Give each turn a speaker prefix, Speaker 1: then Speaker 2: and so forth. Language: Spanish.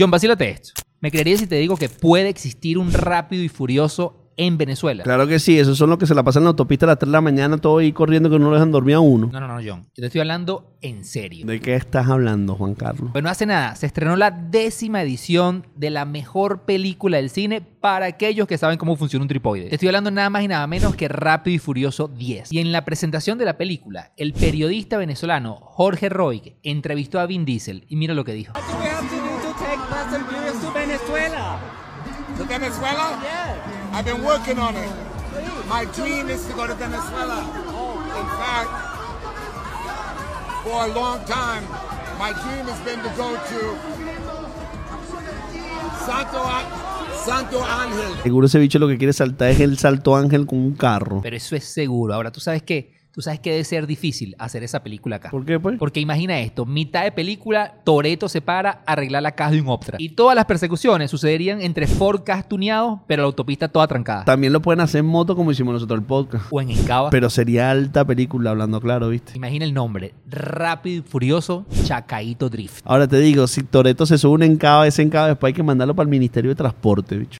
Speaker 1: John, vacílate esto. ¿Me creerías si te digo que puede existir un rápido y furioso en Venezuela?
Speaker 2: Claro que sí, esos son los que se la pasan en la autopista a las 3 de la mañana, todo ahí corriendo que no lo dejan dormir a uno.
Speaker 1: No, no, no, John. Yo te estoy hablando en serio.
Speaker 2: ¿De qué estás hablando, Juan Carlos?
Speaker 1: Bueno, hace nada, se estrenó la décima edición de la mejor película del cine para aquellos que saben cómo funciona un tripoide. Te estoy hablando nada más y nada menos que Rápido y Furioso 10. Y en la presentación de la película, el periodista venezolano Jorge Roig entrevistó a Vin Diesel y mira lo que dijo.
Speaker 3: do we have to do to take Fast and Furious to Venezuela?
Speaker 4: To Venezuela?
Speaker 3: Yeah.
Speaker 4: I've been working on it. My dream is to go to Venezuela. In fact, for a long time, my dream has been to go to Santo, An- Santo Angel.
Speaker 2: Seguro ese bicho lo que quiere saltar es el salto ángel con un carro.
Speaker 1: Pero eso es seguro. Ahora, ¿tú sabes qué? Tú sabes que debe ser difícil hacer esa película acá.
Speaker 2: ¿Por qué, pues?
Speaker 1: Porque imagina esto, mitad de película, Toreto se para a arreglar la caja de un Optra. Y todas las persecuciones sucederían entre Ford Cars tuneados, pero la autopista toda trancada.
Speaker 2: También lo pueden hacer en moto como hicimos nosotros el podcast.
Speaker 1: O en Encaba.
Speaker 2: Pero sería alta película, hablando claro, ¿viste?
Speaker 1: Imagina el nombre, Rápido y Furioso Chacaito Drift.
Speaker 2: Ahora te digo, si Toreto se sube un encaba, ese encaba después hay que mandarlo para el Ministerio de Transporte, bicho.